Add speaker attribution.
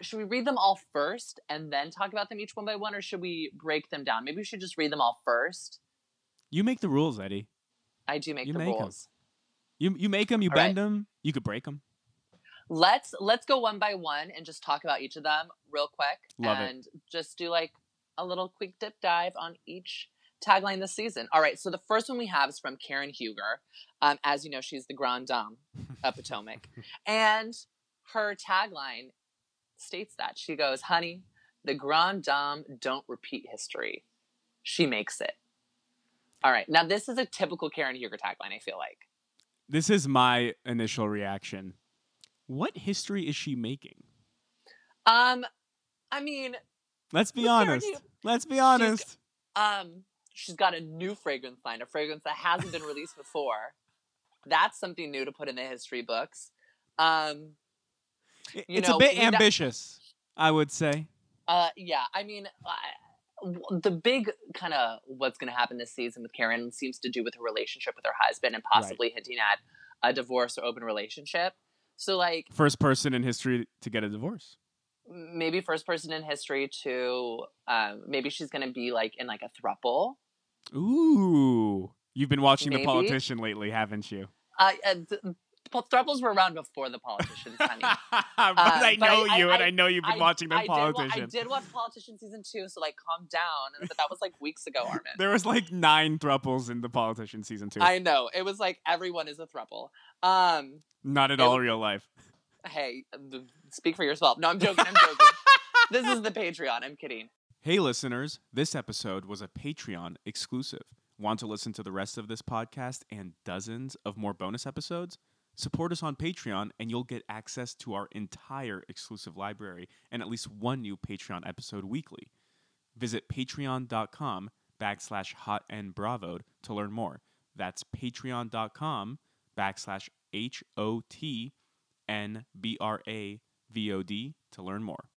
Speaker 1: should we read them all first and then talk about them each one by one, or should we break them down? Maybe we should just read them all first.
Speaker 2: You make the rules, Eddie.
Speaker 1: I do make
Speaker 2: You
Speaker 1: the
Speaker 2: make 'em.
Speaker 1: rules.
Speaker 2: You you make them, you
Speaker 1: All right.
Speaker 2: bend them, you could break them.
Speaker 1: Let's let's go one by one and just talk about each of them real quick,
Speaker 2: Love it.
Speaker 1: and just do like a little quick dip dive on each tagline this season. All right, so the first one we have is from Karen Huger. Um, as you know, she's the Grand Dame of Potomac, and her tagline states that she goes, "Honey, the Grand Dame don't repeat history; she makes it." All right, now this is a typical Karen Huger tagline. I feel like.
Speaker 2: This is my initial reaction. What history is she making?
Speaker 1: Um, I mean,
Speaker 2: Let's be
Speaker 1: Look, Karen,
Speaker 2: honest.
Speaker 1: you-
Speaker 2: Let's be honest.
Speaker 1: Um, she's got a new fragrance line, a fragrance that hasn't been released before. That's something new to put in the history books. Um,
Speaker 2: I-
Speaker 1: you
Speaker 2: it's
Speaker 1: know,
Speaker 2: a bit
Speaker 1: we don't-
Speaker 2: ambitious, I would say.
Speaker 1: uh, yeah, I mean, I- w- the big kind of what's going to happen this season with Karen seems to do with her relationship with her husband and possibly hinting at a divorce or open relationship. So, like,
Speaker 2: First person in history to get a divorce.
Speaker 1: maybe first person in history to um, maybe she's going to be like in like a thruple.
Speaker 2: Ooh. You've been watching
Speaker 1: Maybe.
Speaker 2: the politician lately, haven't you?
Speaker 1: Uh, uh, th- thruples were around before the politicians, honey.
Speaker 2: but I
Speaker 1: Uh, but
Speaker 2: know
Speaker 1: I-
Speaker 2: you,
Speaker 1: I-
Speaker 2: and I know you've been watching the
Speaker 1: I
Speaker 2: politician.
Speaker 1: Did wa- I did watch Politician season two, so like calm down. But that was like weeks ago, Armin.
Speaker 2: There was like nine thruples in the politician season two.
Speaker 1: I know it was like everyone is a throuple. Um,
Speaker 2: Not at
Speaker 1: it
Speaker 2: all
Speaker 1: was-
Speaker 2: real life.
Speaker 1: hey, th- speak for yourself. No, I'm joking. I'm joking. this is the Patreon. I'm kidding.
Speaker 2: Hey, listeners, this episode was a Patreon exclusive. Want to listen to the rest of this podcast and dozens of more bonus episodes? Support us on Patreon, and you'll get access to our entire exclusive library and at least one new Patreon episode weekly. Visit patreon.com backslash hot and bravoed to learn more. That's patreon.com backslash H O T N B R A V O D to learn more.